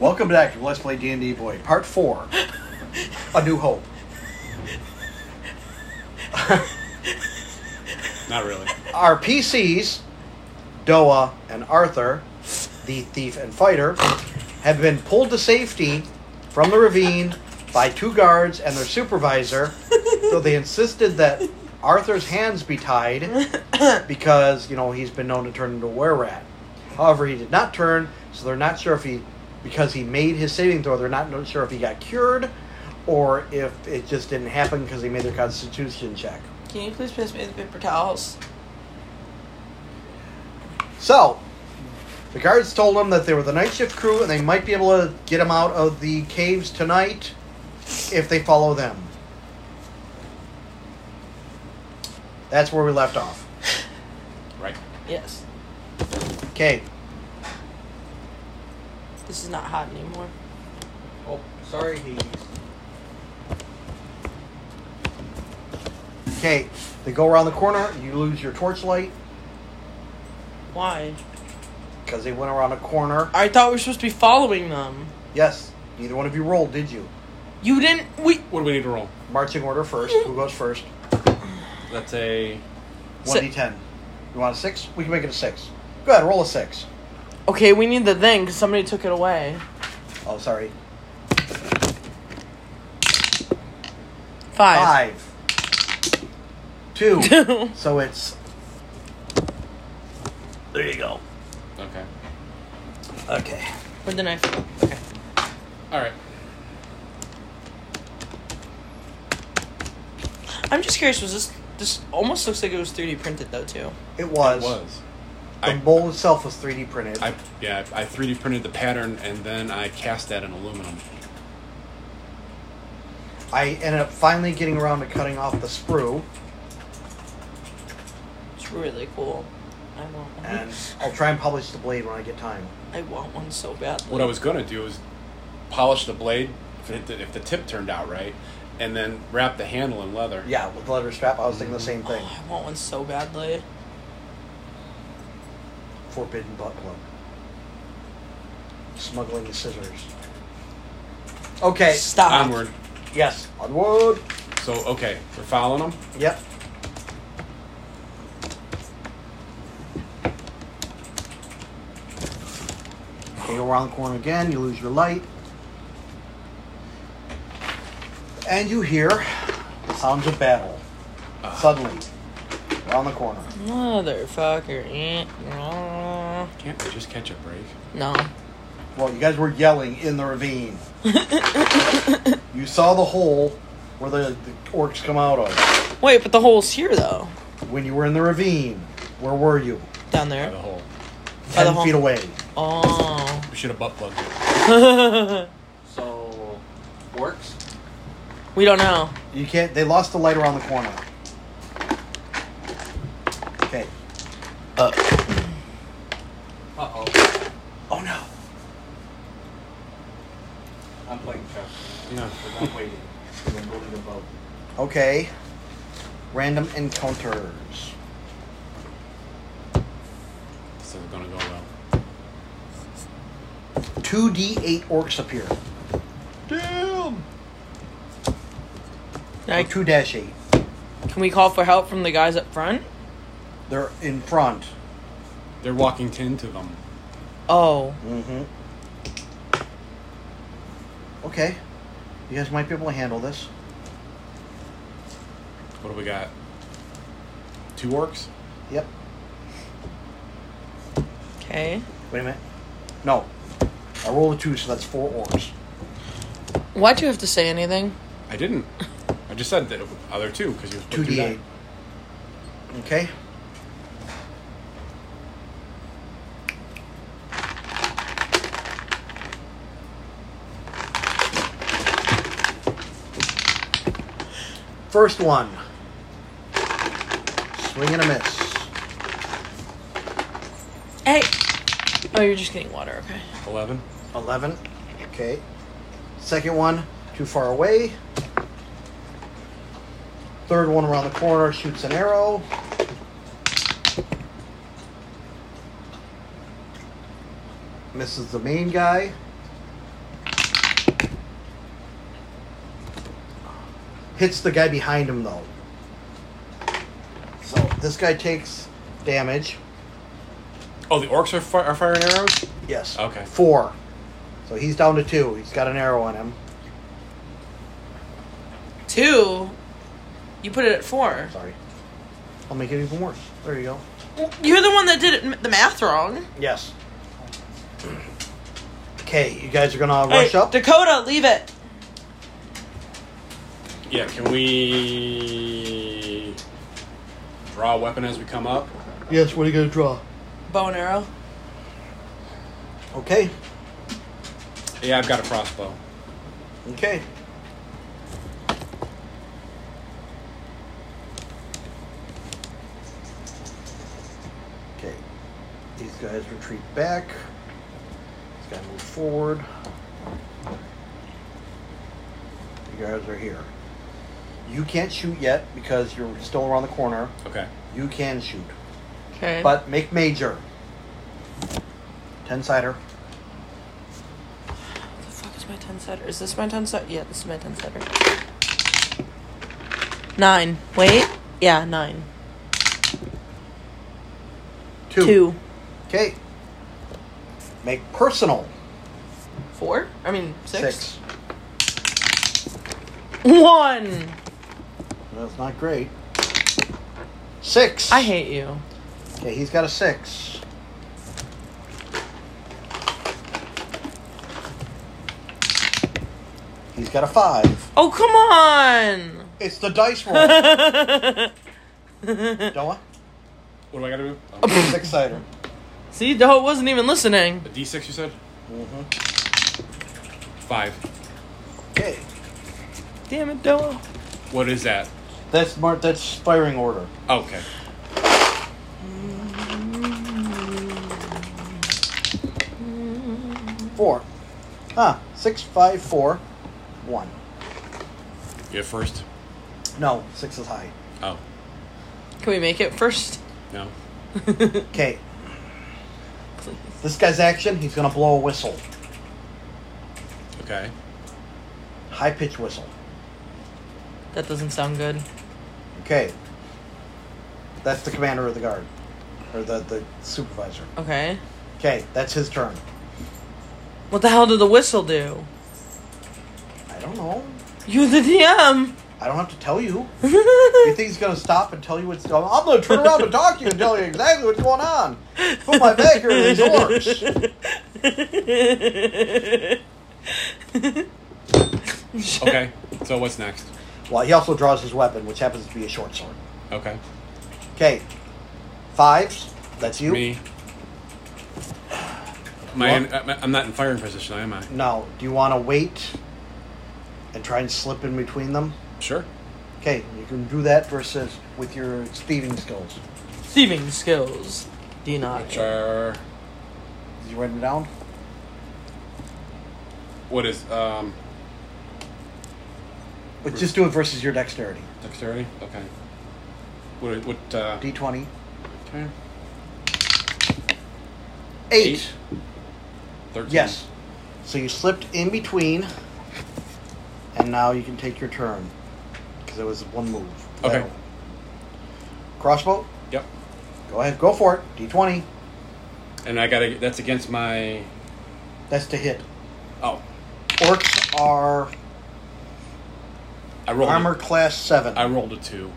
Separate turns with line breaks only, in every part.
Welcome back to Let's Play D&D Boy, Part 4, A New Hope.
Not really.
Our PCs, Doa and Arthur, the thief and fighter, have been pulled to safety from the ravine by two guards and their supervisor, though they insisted that Arthur's hands be tied because, you know, he's been known to turn into a were rat. However, he did not turn, so they're not sure if he, because he made his saving throw, they're not no- sure if he got cured or if it just didn't happen because he made their constitution check.
Can you please pass me the paper towels?
So, the guards told him that they were the night shift crew and they might be able to get him out of the caves tonight if they follow them. That's where we left off.
Right.
Yes.
Okay.
This is not hot anymore.
Oh, sorry, Hades.
Okay. They go around the corner. You lose your torchlight
Why?
because they went around a corner.
I thought we were supposed to be following them.
Yes. Neither one of you rolled, did you?
You didn't. We.
What do we need to roll?
Marching order first. Who goes first?
That's a.
Si-
1d10. You want a 6? We can make it a 6. Go ahead. Roll a 6.
Okay, we need the thing because somebody took it away.
Oh, sorry.
Five.
Five. Two. So it's
there you go.
Okay.
okay.
With the knife.
All right.
I'm just curious. Was this? This almost looks like it was 3D printed though too.
It was.
It was.
The
I-
bowl itself was 3D printed.
I yeah. I 3D printed the pattern and then I cast that in aluminum.
I ended up finally getting around to cutting off the sprue,
It's really cool. I want one.
and I'll try and publish the blade when I get time.
I want one so badly.
What I was gonna do is polish the blade if, it, if the tip turned out right, and then wrap the handle in leather.
Yeah, with the leather strap, I was thinking the same thing.
Oh, I want one so badly.
Forbidden butt plug. Smuggling the scissors. Okay.
Stop.
Onward.
Yes. Onward.
So okay, we're following them.
Yep. You go around the corner again, you lose your light. And you hear the sounds of battle. Suddenly. Around the corner.
Motherfucker. Eh, nah.
Can't we just catch a break?
No.
Well, you guys were yelling in the ravine. you saw the hole where the, the orcs come out of.
Wait, but the hole's here though.
When you were in the ravine, where were you?
Down
By
there.
the hole.
By the
Ten
hole.
feet away.
Oh.
We should have butt plugged it.
So, works?
we don't know.
You can't. They lost the light around the corner. Okay.
Uh oh.
Oh no.
I'm playing chess.
No.
We're not waiting. We're building a boat.
Okay. Random encounters.
This is gonna go well.
Two D8 orcs appear.
Damn.
Or
Like,
Two dash eight.
can we call for help from the guys up front?
They're in front.
They're walking into them.
Oh.
Mm-hmm. Okay. You guys might be able to handle this.
What do we got? Two orcs.
Yep.
Okay.
Wait a minute. No. I rolled a two, so that's four orcs.
Why'd you have to say anything?
I didn't. I just said that other two because you were
Two
supposed to do
D8.
that.
Okay. First one. Swing and a miss.
Hey. Oh, you're just getting water. Okay.
Eleven.
11. Okay. Second one, too far away. Third one around the corner, shoots an arrow. Misses the main guy. Hits the guy behind him though. So this guy takes damage.
Oh, the orcs are, fi- are firing arrows.
Yes.
Okay.
Four. So he's down to two. He's got an arrow on him.
Two. You put it at four.
Sorry. I'll make it even worse. There you go.
You're the one that did it, the math wrong.
Yes. Okay, you guys are gonna
Hey,
rush up.
Dakota, leave it.
Yeah. Can we draw a weapon as we come up?
Yes. What are you gonna draw?
Bow and arrow.
Okay.
Yeah, I've got a crossbow.
Okay. Okay. These guys retreat back. This guy moves forward. You guys are here. You can't shoot yet because you're still around the corner.
Okay.
You can shoot.
Okay.
But make major. Ten sider.
the fuck is my ten setter? Is this my ten setter? Yeah, this is my ten setter. Nine. Wait. Yeah, nine.
Two. Okay. Make personal.
Four? I mean
Six.
One.
That's not great. Six.
I hate you.
Okay, he's got a six. He's got a five.
Oh come on.
It's the dice roll. Don't
What do I gotta do? Oh,
Six sider.
See, Doe wasn't even listening.
a D6, you said?
Mm-hmm.
Five.
Okay.
Damn it, Doe.
What is that?
That's mar- That's firing order.
Okay.
Four. Huh. Six, five, four, one.
You're first.
No, six is high.
Oh.
Can we make it first?
No.
Okay. This guy's action. He's gonna blow a whistle.
Okay.
High pitch whistle.
That doesn't sound good.
Okay. That's the commander of the guard. Or the, the supervisor.
Okay.
Okay, that's his turn.
What the hell did the whistle do?
I don't know.
You're the DM.
I don't have to tell you. You think he's gonna stop and tell you what's going on? I'm gonna turn around and talk to you and tell you exactly what's going on. Put my back here to these orcs.
Okay. so what's next?
Well, he also draws his weapon, which happens to be a short sword.
Okay.
Okay. Fives. That's you.
Me. My, I- I'm not in firing position, am I?
No. Do you want to wait and try and slip in between them?
Sure.
Okay, you can do that versus with your thieving skills.
Thieving skills. Do not.
Which are
Did you write them down?
what is um
But just do it versus your dexterity.
dexterity? Okay. What what uh
D20.
okay.
Eight.
Eight. Thirteen.
Yes. So you slipped in between, and now you can take your turn. Because it was one move.
Okay.
Lateral. Crossbow,
Yep.
go ahead, go for it. D20.
And I gotta that's against my
That's to hit.
oh.
Orcs are
I rolled a-
armor class 7.
I rolled a two.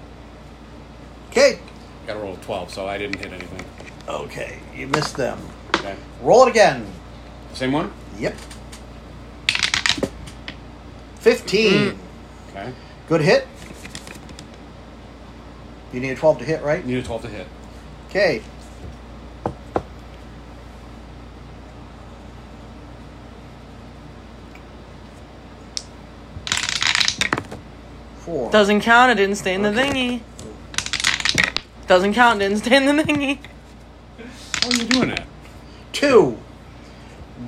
okay.
Gotta roll a twelve, so I didn't hit anything.
Okay, you missed them.
Okay.
Roll it again.
Same one?
Yep. 15.
Okay.
Good hit. You need a 12 to hit, right?
Need a twelve to hit.
Okay. Four.
Doesn't count. It didn't stay in the
Okay.
thingy. Doesn't count. Didn't stay in the thingy.
How are you doing that?
Two.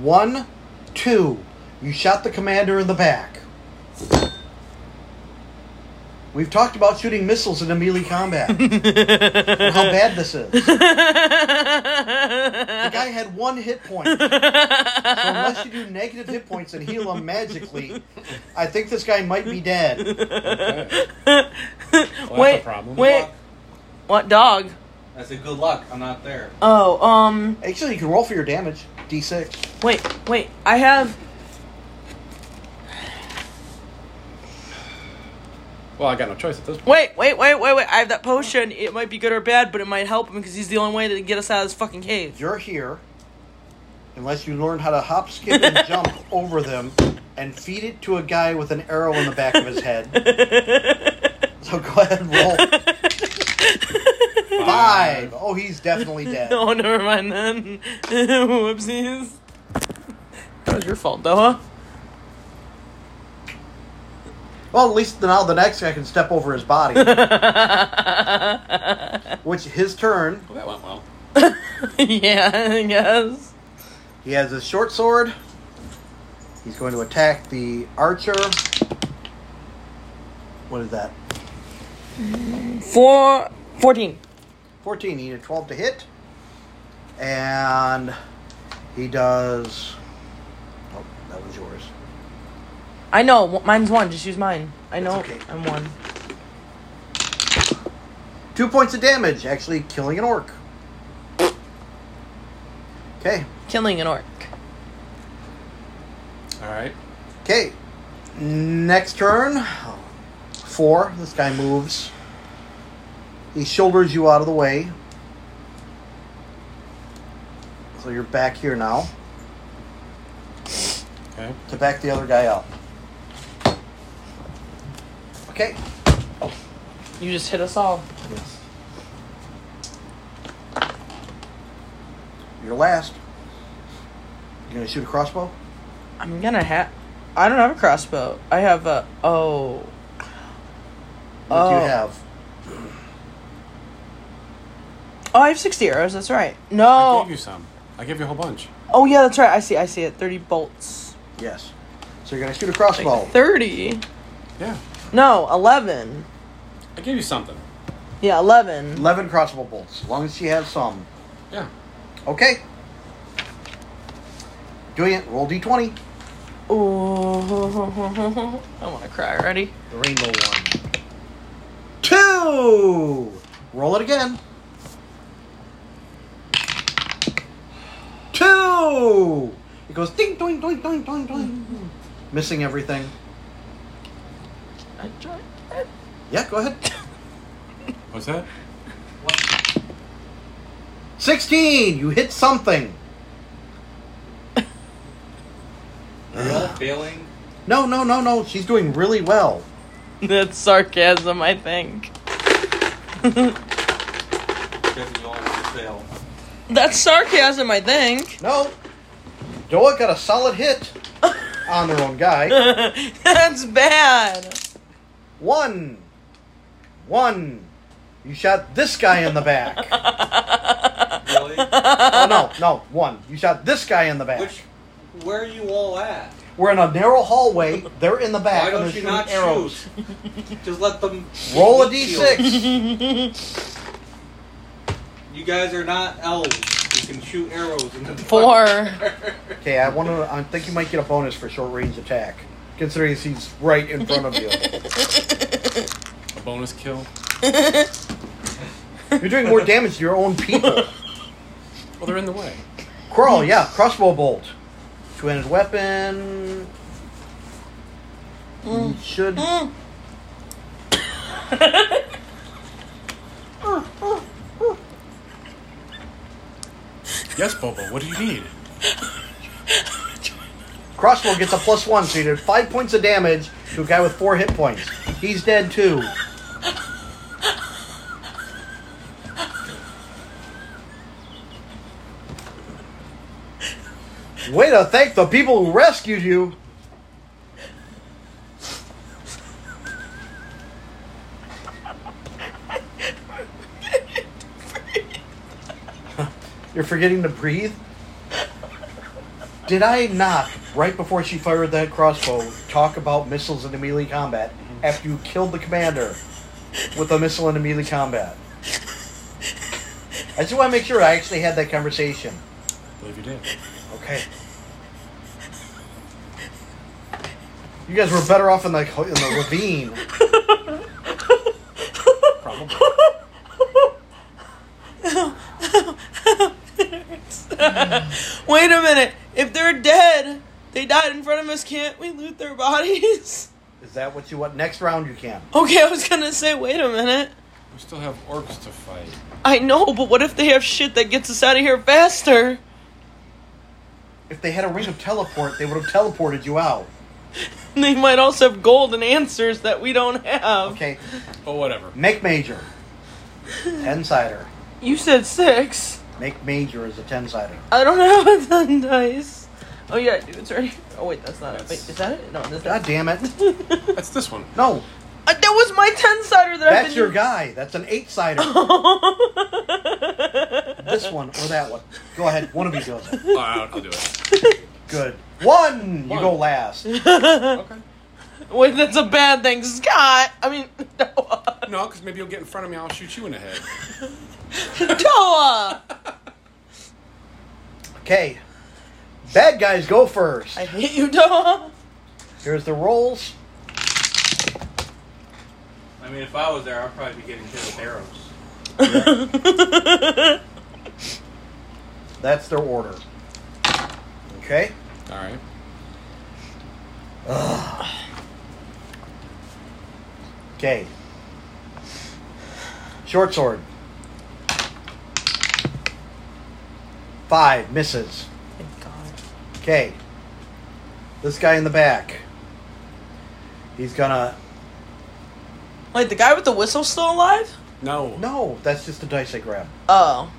One, two. You shot the commander in the back. We've talked about shooting missiles in a melee combat. and how bad this is. The guy had one hit point. So unless you do negative hit points and heal him magically, I think this guy might be dead.
Okay. Well,
wait,
that's a problem.
Good
wait.
luck.
What dog?
I said, good luck. I'm not there.
Oh, um,
Actually, you can roll for your damage. D6.
wait, wait. I have.
Well, I got no choice at this point.
Wait, wait, wait, wait, wait. I have that potion. It might be good or bad, but it might help him because he's the only way to get us out of this fucking cave.
You're here. Unless you learn how to hop, skip, and jump over them and feed it to a guy with an arrow in the back of his head. So go ahead and roll. Five. Oh, he's definitely dead.
oh, never mind then. Whoopsies. That was your fault, though, huh?
Well, at least now the next guy can step over his body. Which his turn.
Well, that went well.
yeah, I guess.
He has his short sword. He's going to attack the archer. What is that?
Four, 14.
14. He needed 12 to hit. And he does. Oh, that was yours.
I know. w- Mine's one. Just use mine. I know.
okay.
I'm one.
Two points of damage, actually killing an orc. Okay.
Killing an orc.
All right.
Okay. Next turn. Four. This guy moves. He shoulders you out of the way. So you're back here now
Okay.
to back the other guy up. Okay.
You just hit us all.
Yes. You're last. You gonna shoot a crossbow?
I'm gonna have. I don't have a crossbow. I have a. Oh.
What do you
Oh.
have?
Oh, I have 60 arrows. That's right.
I
No.
gave you some. I gave you a whole bunch.
Oh, yeah, that's right. I see. I see it. 30 bolts.
Yes. So you're gonna shoot a
Like
crossbow.
30?
Yeah.
No, 11.
I gave you something.
Yeah, 11.
Eleven crossbow bolts. As long as she has some.
Yeah.
Okay. Doing it. Roll d20.
Ooh. I want to cry already.
The rainbow one. Two. Roll it again. Two. It goes ding, doing, doing, doing, doing, doing. Missing everything.
I tried. I-
Yeah, go ahead.
What's that?
What?
16. You hit something.
Are you all failing?
No, no, no, no. She's doing really well.
That's sarcasm, I think.
Because you all fail.
That's sarcasm, I think.
No. Doa got a solid hit on their own guy.
That's bad.
One. One. You shot this guy in the back.
Really?
oh, no, no. One. You shot this guy in the back.
Which? Where are you all at?
We're in a narrow hallway. They're in the back.
Why
and they're
don't you
shooting
not
arrows.
shoot? Just let them.
Roll a
shield.
d6.
You guys are not elves. You can shoot arrows in the dark.
Four.
okay, I want to. I think you might get a bonus for short range attack, considering he's right in front of you.
A bonus kill?
You're doing more damage to your own people.
Well, they're in the way.
Crawl, yeah, crossbow bolt. Two handed weapon. Should.
Yes, Bobo. What do you need?
Crossbow gets a plus one, so you did five points of damage to a guy with four hit points. He's dead too. Way to thank the people who rescued you. You're forgetting to breathe? Did I not, right before she fired that crossbow, talk about missiles in the melee combat after you killed the commander with a missile in immediate combat. I just want to make sure I actually had that conversation.
believe you did.
Okay. You guys were better off in the in the ravine.
Probably.
Wait a minute. If they're dead, they died in front of us. Can't we loot their bodies?
Is that what you want? Next round, you can.
Okay, I was gonna say, wait a minute.
We still have orcs to fight.
I know, but what if they have shit that gets us out of here faster?
If they had a ring of teleport, they would have teleported you out.
And they might also have gold and answers that we don't have.
Okay.
Oh, whatever.
Make major. Ten sider.
You said six.
Make major is a ten sider.
I don't have a ton dice. Oh yeah, dude, it's right. here. Oh wait, that's not it. Wait,
That's-
is that it? No, that's
God
not.
damn it!
That's this one.
No,
Uh, that was my ten sider that I've
that's
been.
your guy. That's an eight sider. This one or that one. Go ahead. One of you goes.
Oh, I'll, I'll do it.
Good. One. You
One.
go last.
Okay.
Wait, that's a bad thing, Scott. I mean, Noah.
No, because maybe you'll get in front of me. I'll shoot you in the head.
Noah.
Okay. Bad guys go first.
I hate you, Noah.
Here's the rolls.
I mean, if I was there, I'd probably be getting hit with arrows.
That's their order. Okay.
All right.
Okay. Short sword. Five misses.
Thank God.
Okay. This guy in the back. He's gonna.
Wait, the guy with the whistle still alive?
No.
No, that's just a dice I grabbed.
Oh.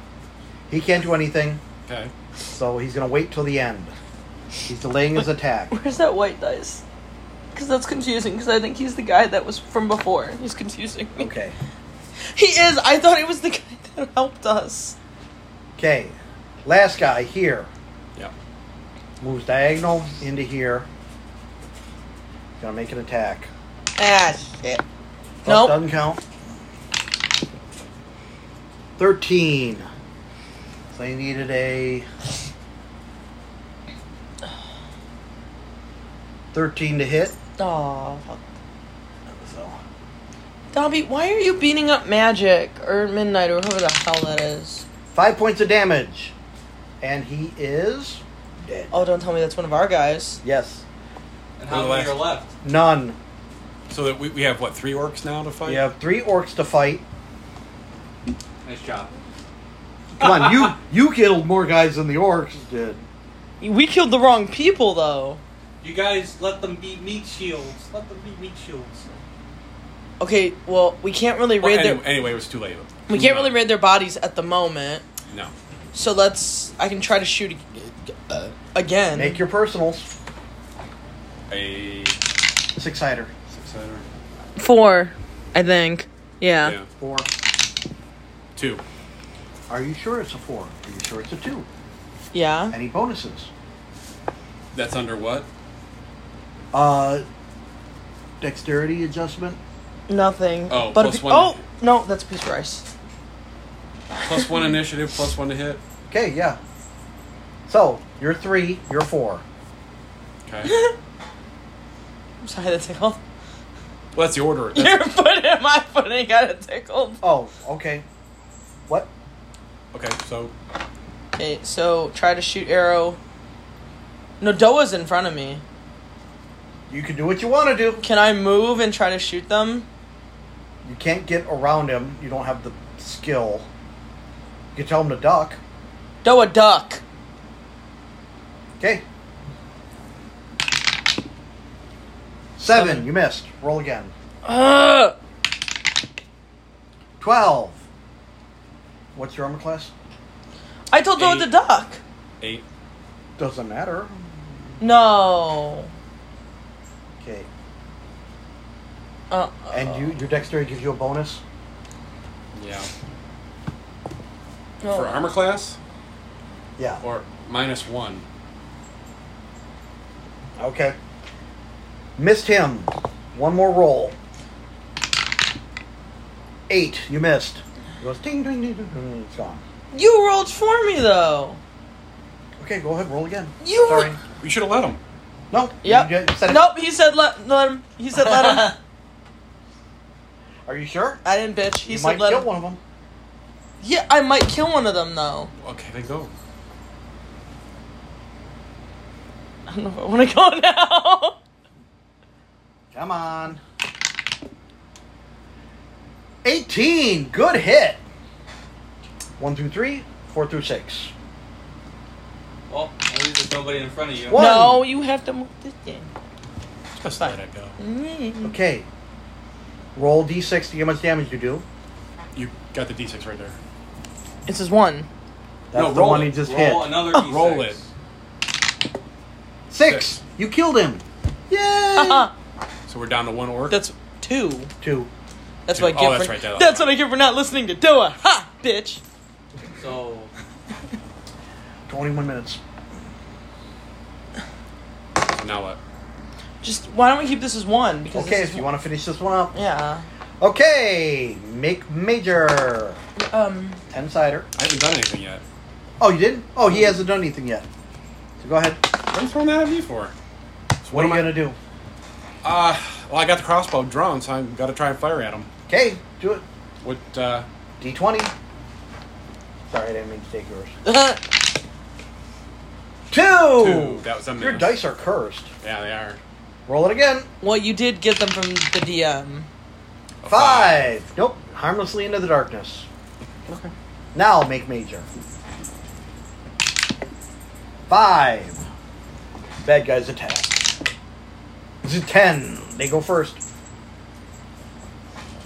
He can't do anything,
Okay.
so he's gonna wait till the end. He's delaying his attack.
Where's that white dice? Because that's confusing. Because I think he's the guy that was from before. He's confusing me.
Okay.
He is. I thought he was the guy that helped us.
Okay. Last guy here.
Yeah.
Moves diagonal into here. Gonna make an attack.
Ah shit.
That
Nope.
Doesn't count. Thirteen. So I needed a thirteen to hit.
Aw. fuck.
So
Dobby, why are you beating up Magic or Midnight or whoever the hell that is?
five points of damage, and he is dead.
Oh, don't tell me that's one of our guys.
Yes.
And
Who
how
the
many are
last-
left?
None.
So that we, we have what three orcs now to fight.
You have three orcs to fight.
Nice job.
Come on, you you killed more guys than the orcs did.
We killed the wrong people, though.
You guys let them beat meat shields. Let them beat meat shields.
Okay, well, we can't really
Well,
raid
anyway,
their
anyway, it was too late.
we can't really raid their bodies at the moment.
No.
So let's. I can try to shoot ag- uh, again.
Make your personals.
A
Six sider.
six sider.
four, I think. Yeah.
Yeah.
Four.
Two.
Are you sure it's a four? Are you sure it's a two?
Yeah.
Any bonuses?
That's under what?
Uh, dexterity adjustment.
Nothing.
Oh,
but
plus
if-
one.
Oh no, that's piece of rice.
Plus one initiative. Plus one to hit.
Okay, yeah. So you're three, you're four.
Okay.
I'm sorry, that tickled.
Well, that's the order. That's-
Your foot and my foot ain't got it tickled.
Oh, okay. What?
okay. So
Okay, so try to shoot arrow. No, Doa's in front of me.
You can do what you want to do.
Can I move and try to shoot them?
You can't get around him. You don't have the skill. You can tell him to duck.
Doa, duck.
Okay. Seven,
Seven.
you missed. Roll again.
Ugh.
Twelve. What's your armor class?
I told Doa
Eight.
to duck.
eight.
Doesn't matter.
No.
Okay.
Uh,
And you, your dexterity gives you a bonus.
Yeah.
no. Oh.
For armor class
Yeah.
or minus one.
Okay. Missed him. One more roll. Eight. You missed. It goes ding, ding, ding, ding, ding. It's gone.
You rolled for me though.
Okay, go ahead. Roll again.
You.
Sorry.
You should have let him.
No.
Yep.
You just said it.
Nope. He said let, let him. He said let him.
Are you sure?
I didn't bitch. He
you
said
might
let
kill
him.
one of them.
Yeah, I might kill one of them though.
Okay, then go.
I don't know if I want to go now.
Come on. 18. Good hit. One through three, four through six.
Well, at least there's nobody in front of you.
What? One.
No, you have to move this thing.
Just let it go.
Mm.
Okay. Roll d6 to see how much damage you do.
You got the d6 right there.
This is one.
That's
No,
the
roll
one he
it.
just
Roll
hit.
another
Oh.
d6.
Roll it.
Six.
Six.
You killed him. Yay!
That's
So we're down to one orc.
two.
Two.
That's
Two.
what I
Oh,
get
that's
for
right, that-
that's what I get for not listening to Doa. Ha, bitch.
So,
21 minutes.
now what?
Just why don't we keep this as one? Because
Okay,
this
if
is
you want to finish this one up.
Yeah.
Okay, make major.
Um.
10 cider.
I haven't done anything yet.
Oh, you didn't? Oh, he hasn't done anything yet. So go ahead.
What are you throwing that at me for? So
What, are you
am I-
going to do?
Uh, well, I got the crossbow drawn, so I've got to try and fire at him.
Okay, do it.
What, uh,
D20. Sorry, I didn't mean to take yours.
two.
Two!
That was a
Your
miss.
dice are cursed.
Yeah, they are.
Roll it again.
well, you did get them from the DM.
A
Five. Nope. Harmlessly into the darkness.
Okay.
Now make major. Five. Bad guys attack. It's a ten. They go first.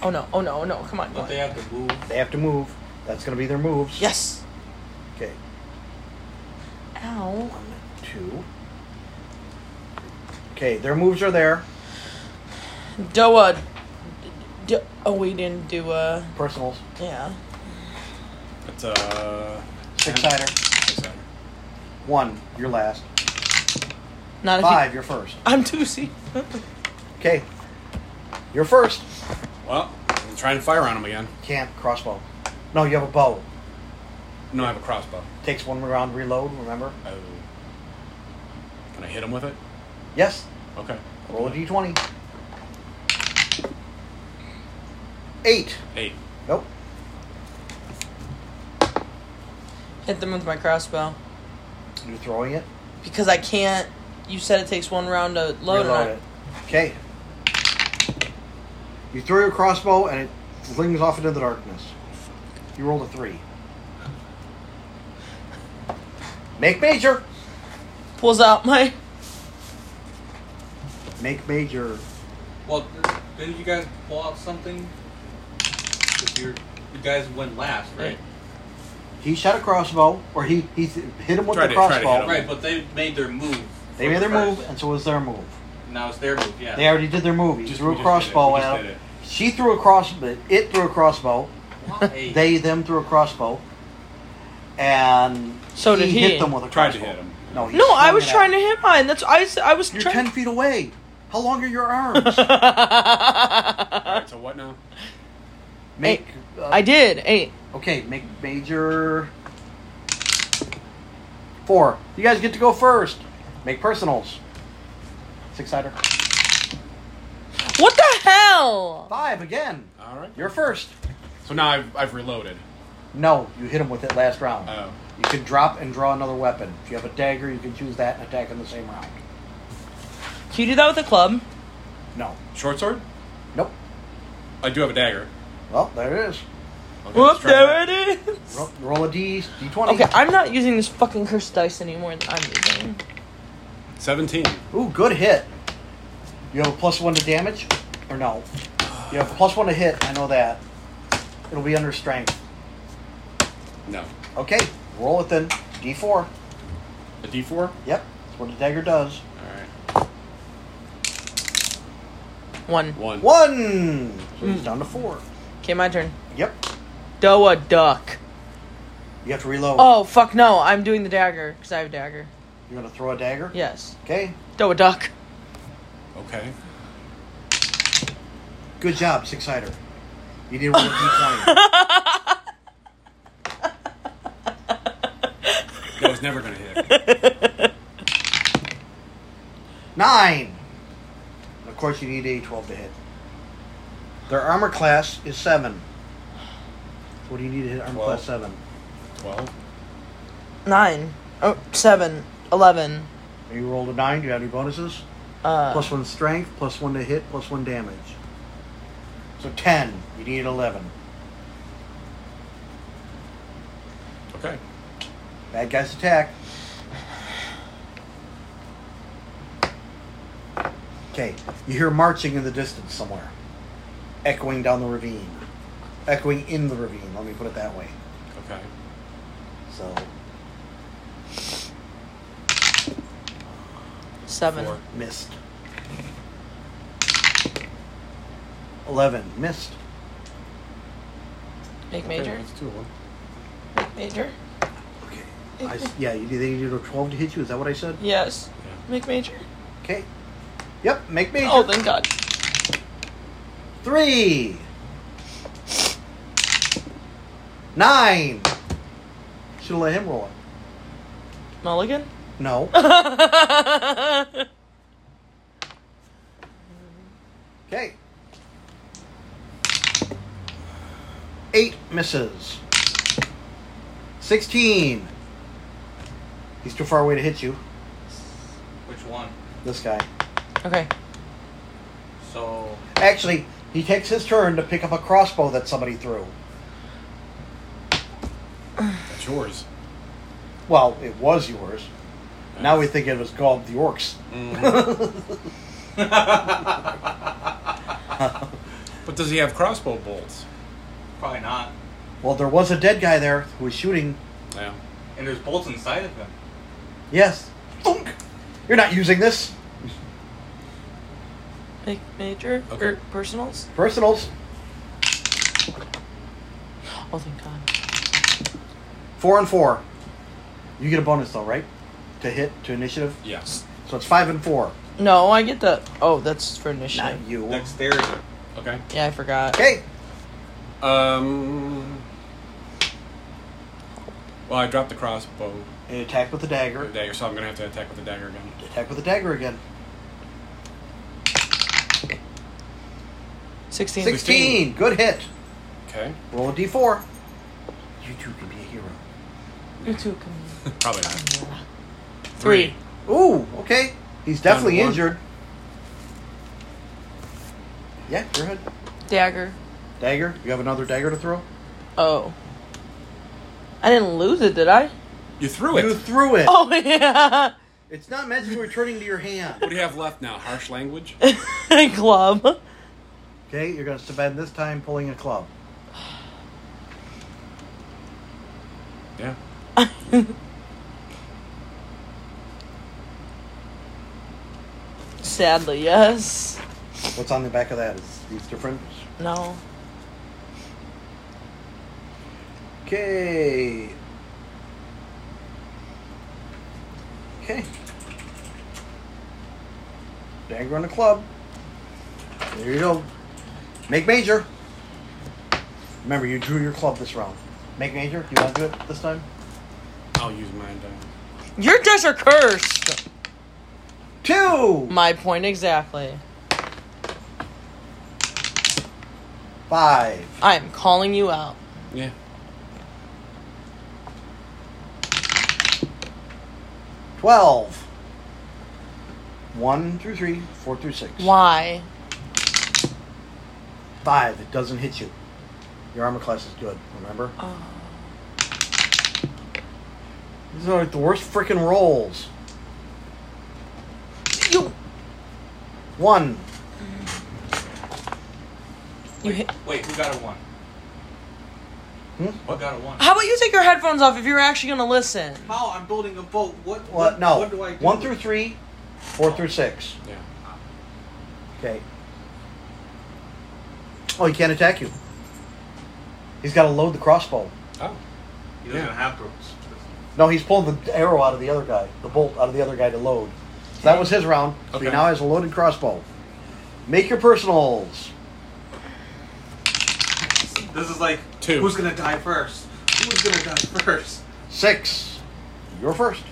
Oh no! Oh no! Oh no! Come on! Come
but they
on.
have to move.
They have to move. That's going to be their moves.
Yes.
Okay.
Ow.
One, two. Okay, their moves are there.
Doa. D- d- oh, we didn't do a.
Personals.
Yeah.
That's, uh,
Six
ten.
sider.
Six-sider.
One. You're last.
Not if you-
Five. You're first.
I'm too see.
Okay. You're first.
Well, I'm trying to fire on him again.
Can't crossbow. No, you have a bow.
No, I have a crossbow.
Takes one round to reload. Remember?
Oh. Can I hit him with it?
Yes.
Okay.
Roll a d20. Eight.
Eight.
Nope.
Hit them with my crossbow
You're throwing it.
because I can't. You said it takes one round to
Reload
load, and I-
it. Okay. You throw your crossbow and it flings off into the darkness. You rolled a three. Make major.
pulls out my.
Make major.
Well, th- didn't you guys pull out something? 'Cause you're- You guys went last, right?
He shot a crossbow, or he, he th- hit him with
Tried
the
to- tried to hit
crossbow.
him.
Right, but they made their move.
They
for
made
the
their move,
first.
and so was their move.
Now it's their move, yeah.
They already did their move. He
Just-
threw
we
a
just did it. We
crossbow
just
at
did
him.
it.
She threw a crossbow. It threw a crossbow.
Why?
They them threw a crossbow, and
So did he.
hit them with a
Tried
crossbow.
to hit him.
No, he
No, I
swung
was
it at
trying to
him.
hit mine. That's I. s- I was
You're
trying.
ten feet away. How long are your arms?
Alright, so what now?
make. uh,
I did eight.
Okay, make major. Four. You guys get to go first. Make personals. Six sider.
What the hell?
Five again.
Alright.
You're first.
So now I've, I've reloaded.
No, you hit him with it last round.
Oh.
You can drop and draw another weapon. If you have a dagger, you can choose that and attack in the same round.
Can you do that with a club?
No.
Short sword?
Nope.
I do have a dagger.
Well, there it is.
Okay,
Whoop!
let's try
There
that.
it is.
Roll, roll a D, D20.
Okay, I'm not using this fucking cursed dice anymore. That I'm using.
17.
Ooh, good hit. You have a plus one to damage? Or no? You have a plus one to hit, I know that. It'll be under strength.
No.
Okay, roll it then. D4.
A d4?
Yep, that's what a dagger does.
Alright.
One.
One.
One! So
Hmm.
he's down to four.
Okay, my turn.
Yep,
Doa duck.
you have to reload.
Oh fuck no! I'm doing the dagger because I have a dagger.
You're going to throw a dagger?
Yes.
Okay,
Doa duck.
Okay.
good job, six-sider. You need to roll a d20.
That was never going to hit.
Nine. And of course, you need a twelve to hit. Their armor class is seven. So what do you need to hit armor
Twelve.
class seven?
Twelve.
Nine. Oh, seven. Eleven.
And you rolled a nine. Do you have any bonuses?
Uh,
Plus one strength, plus one to hit, plus one damage. So ten. You need eleven.
Okay.
Bad guys attack. Okay, you hear marching in the distance somewhere, echoing down the ravine, echoing in the ravine. Let me put it that way.
Okay.
So
seven.
Four.
missed. Eleven missed.
Make
Okay,
major.
That's two of them.
Make major.
Okay. I s yeah, you, they needed a twelve to hit you. Is that what I said?
Yes.
Yeah.
Make major.
Okay. Yep. Make me
Oh, thank God.
three. Nine. Should have let him roll it.
Mulligan.
No. Okay. Eight misses. Sixteen. He's too far away to hit you.
Which one?
This guy.
okay.
So
Actually, he takes his turn to pick up a crossbow that somebody threw.
That's yours.
Well, it was yours. Now we think it was called the orcs. Mm-hmm.
Mhm. but does he have crossbow bolts?
probably not.
well, there was a dead guy there who was shooting.
Yeah.
And there's bolts inside of him.
Yes. Thunk. You're not using this.
Make major.
Okay.
Or personals.
Personals.
Oh, thank God.
Four and four. You get a bonus though, right? To hit to initiative.
Yes.
So it's five and four.
No, I get the. Oh, that's for initiative.
Not you.
Dexterity.
Okay.
Yeah, I forgot.
Okay.
Um. Well, I dropped the crossbow
And attack with the
or
dagger.
dagger, so I'm gonna have to attack with the dagger again.
Attack with the dagger again.
16.
Sixteen. Good hit.
Okay.
Roll a d4. You two can be a hero.
You too.
Probably not.
Three.
Ooh. Okay. He's definitely
Down to one.
injured. Yeah. Go ahead.
Dagger.
Dagger. You have another dagger to throw.
Oh. I didn't lose it, did I?
You threw it.
You
What
threw it.
Oh yeah.
It's not magically returning to your hand.
do you have left now? Harsh language.
Club.
Okay, you're gonna spend this time pulling a club.
Yeah.
Sadly, yes.
What's on the back of that is these different.
No.
Okay. Okay. Dagger on the club. There you go. Make major. Remember, you drew your club this round. Make major. You want to do it this time?
I'll use mine. Down.
Your dice are cursed.
Two,
My point exactly.
five,
I am calling you out.
Yeah.
twelve. One through three, four through six.
Why?
Five. It doesn't hit you. Your armor class is good. Remember.
Oh.
These are like the worst freaking rolls.
You
One.
you hit.
Wait, who got a one?
Hmm?
Who got a one?
How about you take your headphones off if you're actually gonna listen?
How I'm building a boat. What?
Well, no.
What do I do?
One through three, four through six.
Yeah.
Okay. Oh, he can't attack you. He's got to load the crossbow.
Oh.
He doesn't
Yeah.
have boats.
No, he's pulling the arrow out of the other guy, the bolt out of the other guy to load. So that was his round. So he
Okay.
now has a loaded crossbow. Make your personals.
This is like
Two.
who's gonna die first? Who's gonna die first?
Six. You're first.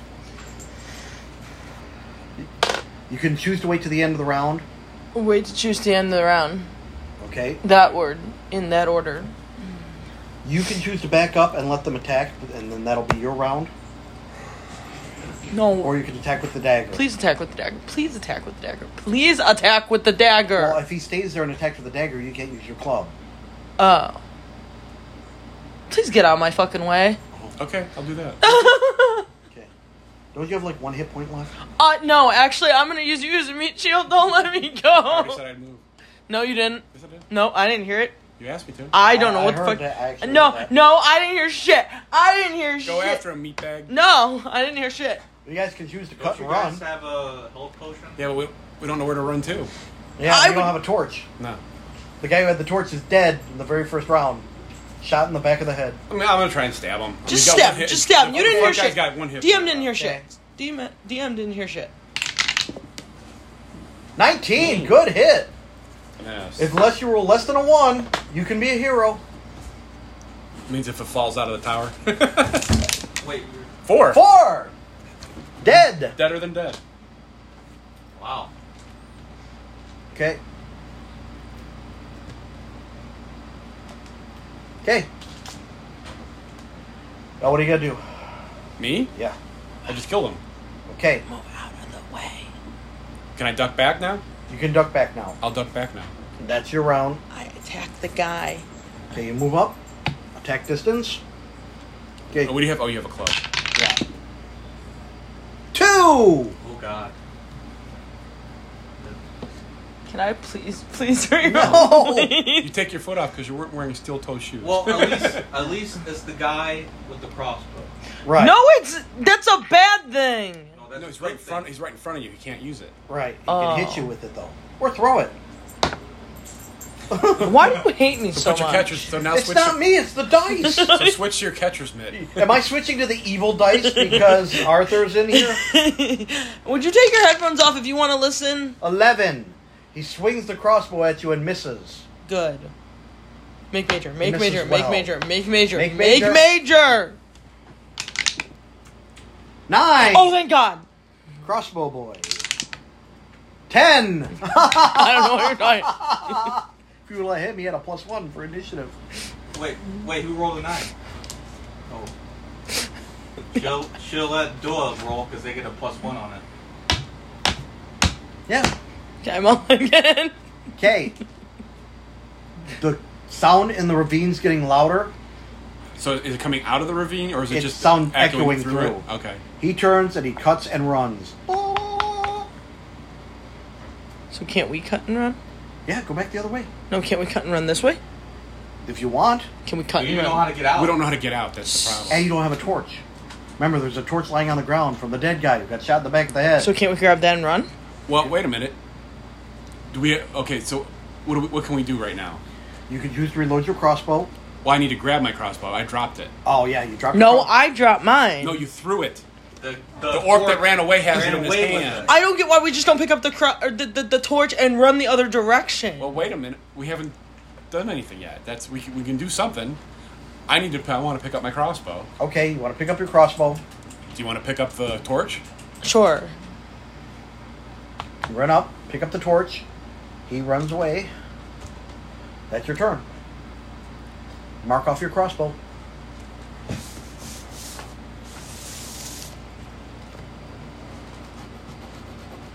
You can choose to wait to the end of the round.
Way to choose the end of the round.
Okay.
That word, in that order.
You can choose to back up and let them attack, and then that'll be your round.
No.
Or you can attack with the dagger.
Please attack with the dagger. Please attack with the dagger. Please attack with the dagger.
Well, if he stays there and attacks with the dagger, you can't use your club.
oh. Please get out of my fucking way.
Okay, I'll do that.
Okay. Don't you have like one hit point left?
Uh, no, actually, I'm gonna use you as a meat shield. Don't let me
I already said
go.
I'd move.
No, you didn't.
Yes, I did.
No, I didn't hear it.
You asked me to.
I don't know
I
what the
heard
fuck.
that. I actually
no,
heard that.
no, I didn't hear shit. I didn't hear shit.
Go after him, meatbag.
No, I didn't hear shit.
You guys can choose to
Don't
cut
you
and
guys
run.
have a health potion?
Yeah, but we, we don't know where to run to.
Yeah,
I
you don't
would-
have a torch.
No.
The guy who had the torch is dead in the very first round. Shot in the back of the head.
I mean, I'm gonna try and stab him. He's
Just
got
stab
one
him.
hit-
Just stab him. You
the
didn't
other
hear
guy's
shit.
got one hit.
DM didn't hear
Okay.
shit. DM, DM didn't hear shit.
19! Good hit!
Yes. It
Unless you roll less than a 1, you can be a hero.
means if it falls out of the tower.
Wait, you're-
Four.
4! Dead!
Deader than dead.
wow.
Okay. Okay. Now, what do you gotta do?
Me?
Yeah.
I just killed him.
Okay.
Move out of the way.
Can I duck back now?
You can duck back now.
I'll duck back now.
That's your round.
I attacked the guy.
Okay, you move up. Attack distance. Okay.
Oh, what do you have? Oh, you have a club.
Yeah. Two!
Oh god.
Can I please, please hurry
No.
up,
You
please?
take your foot off because you weren't wearing steel toe shoes.
Well, at least at least it's the guy with the crossbow.
Right.
No, it's that's a bad thing.
No, that's
no, he's
a
right in
good
front.
thing.
He's right in front of you. He can't use it.
Right. He
Oh.
can hit you with it though, or throw it.
Why do you hate me
So
so
put your catchers.
much?
So now
It's
switch.
not
to-
me. It's the dice.
So switch to your catcher's mitt.
Am I switching to the evil dice because Arthur's in here?
Would you take your headphones off if you want to listen?
Eleven. He swings the crossbow at you and misses.
Good. Make major. Make
misses
major.
well.
Make major. Make major.
Make
Make
major.
major.
Nine.
Oh, thank God.
crossbow boy. Ten.
I don't know what you're talking.
if you let him, he had a plus one for initiative.
Wait, wait, who rolled a nine? Oh. She'll, she'll let Dora roll because they get a plus one on it.
Uh,
Yeah.
Okay, I'm on again.
Okay. the sound in the ravine's getting louder.
So is it coming out of the ravine or is it
It's
just
sound echoing
it?
through.
Okay.
He turns and he cuts and runs.
So can't we cut and run?
Yeah, go back the other way
No, can't we cut and run this way?
if you want.
Can we
Do
cut
you
and
even
run?
know how to get out?
We don't know how to get out. That's the problem.
And you don't have a torch. Remember, there's a torch lying on the ground from the dead guy who got shot in the back of the head.
so can't we grab that and run?
Well, wait a minute. Do we? Okay, so what? Do we, what can we do right now?
you can choose to reload your crossbow.
Well, I need to grab my crossbow. I dropped it.
Oh yeah, you dropped.
No,
your crossbow.
I dropped mine.
No, you threw it.
The,
The orc that ran away has
ran
it in his
away with
hand.
it.
I don't get why we just don't pick up the cro- or the, the the torch and run the other direction.
Well, wait a minute. We haven't done anything yet. That's we can, we can do something. I need to. I want to pick up my crossbow.
Okay, you want to pick up your crossbow,
Do you want to pick up the torch?
sure.
You run up, pick up the torch. He runs away. That's your turn. Mark off your crossbow.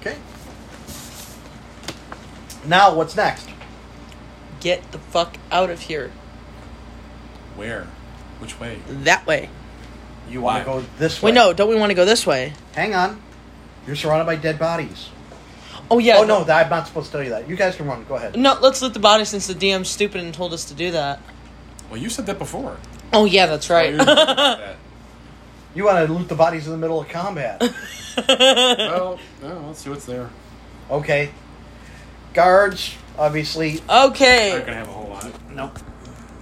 Okay. Now, what's next?
Get the fuck out of here.
Where? Which way?
That way.
You want to
Why?
go this way?
Wait, no, don't we want to go this way?
Hang on. You're surrounded by dead bodies.
Oh yeah.
oh, no, that, I'm not supposed to tell you that. You guys can run. Go ahead.
No, let's let the body since the DM's stupid and told us to do that.
Well, you said that before.
Oh yeah, that's right.
Well,
You want to loot the bodies in the middle of combat.
well, well, let's see what's there.
okay. Guards, obviously.
Not
okay.
gonna have a whole lot.
Nope.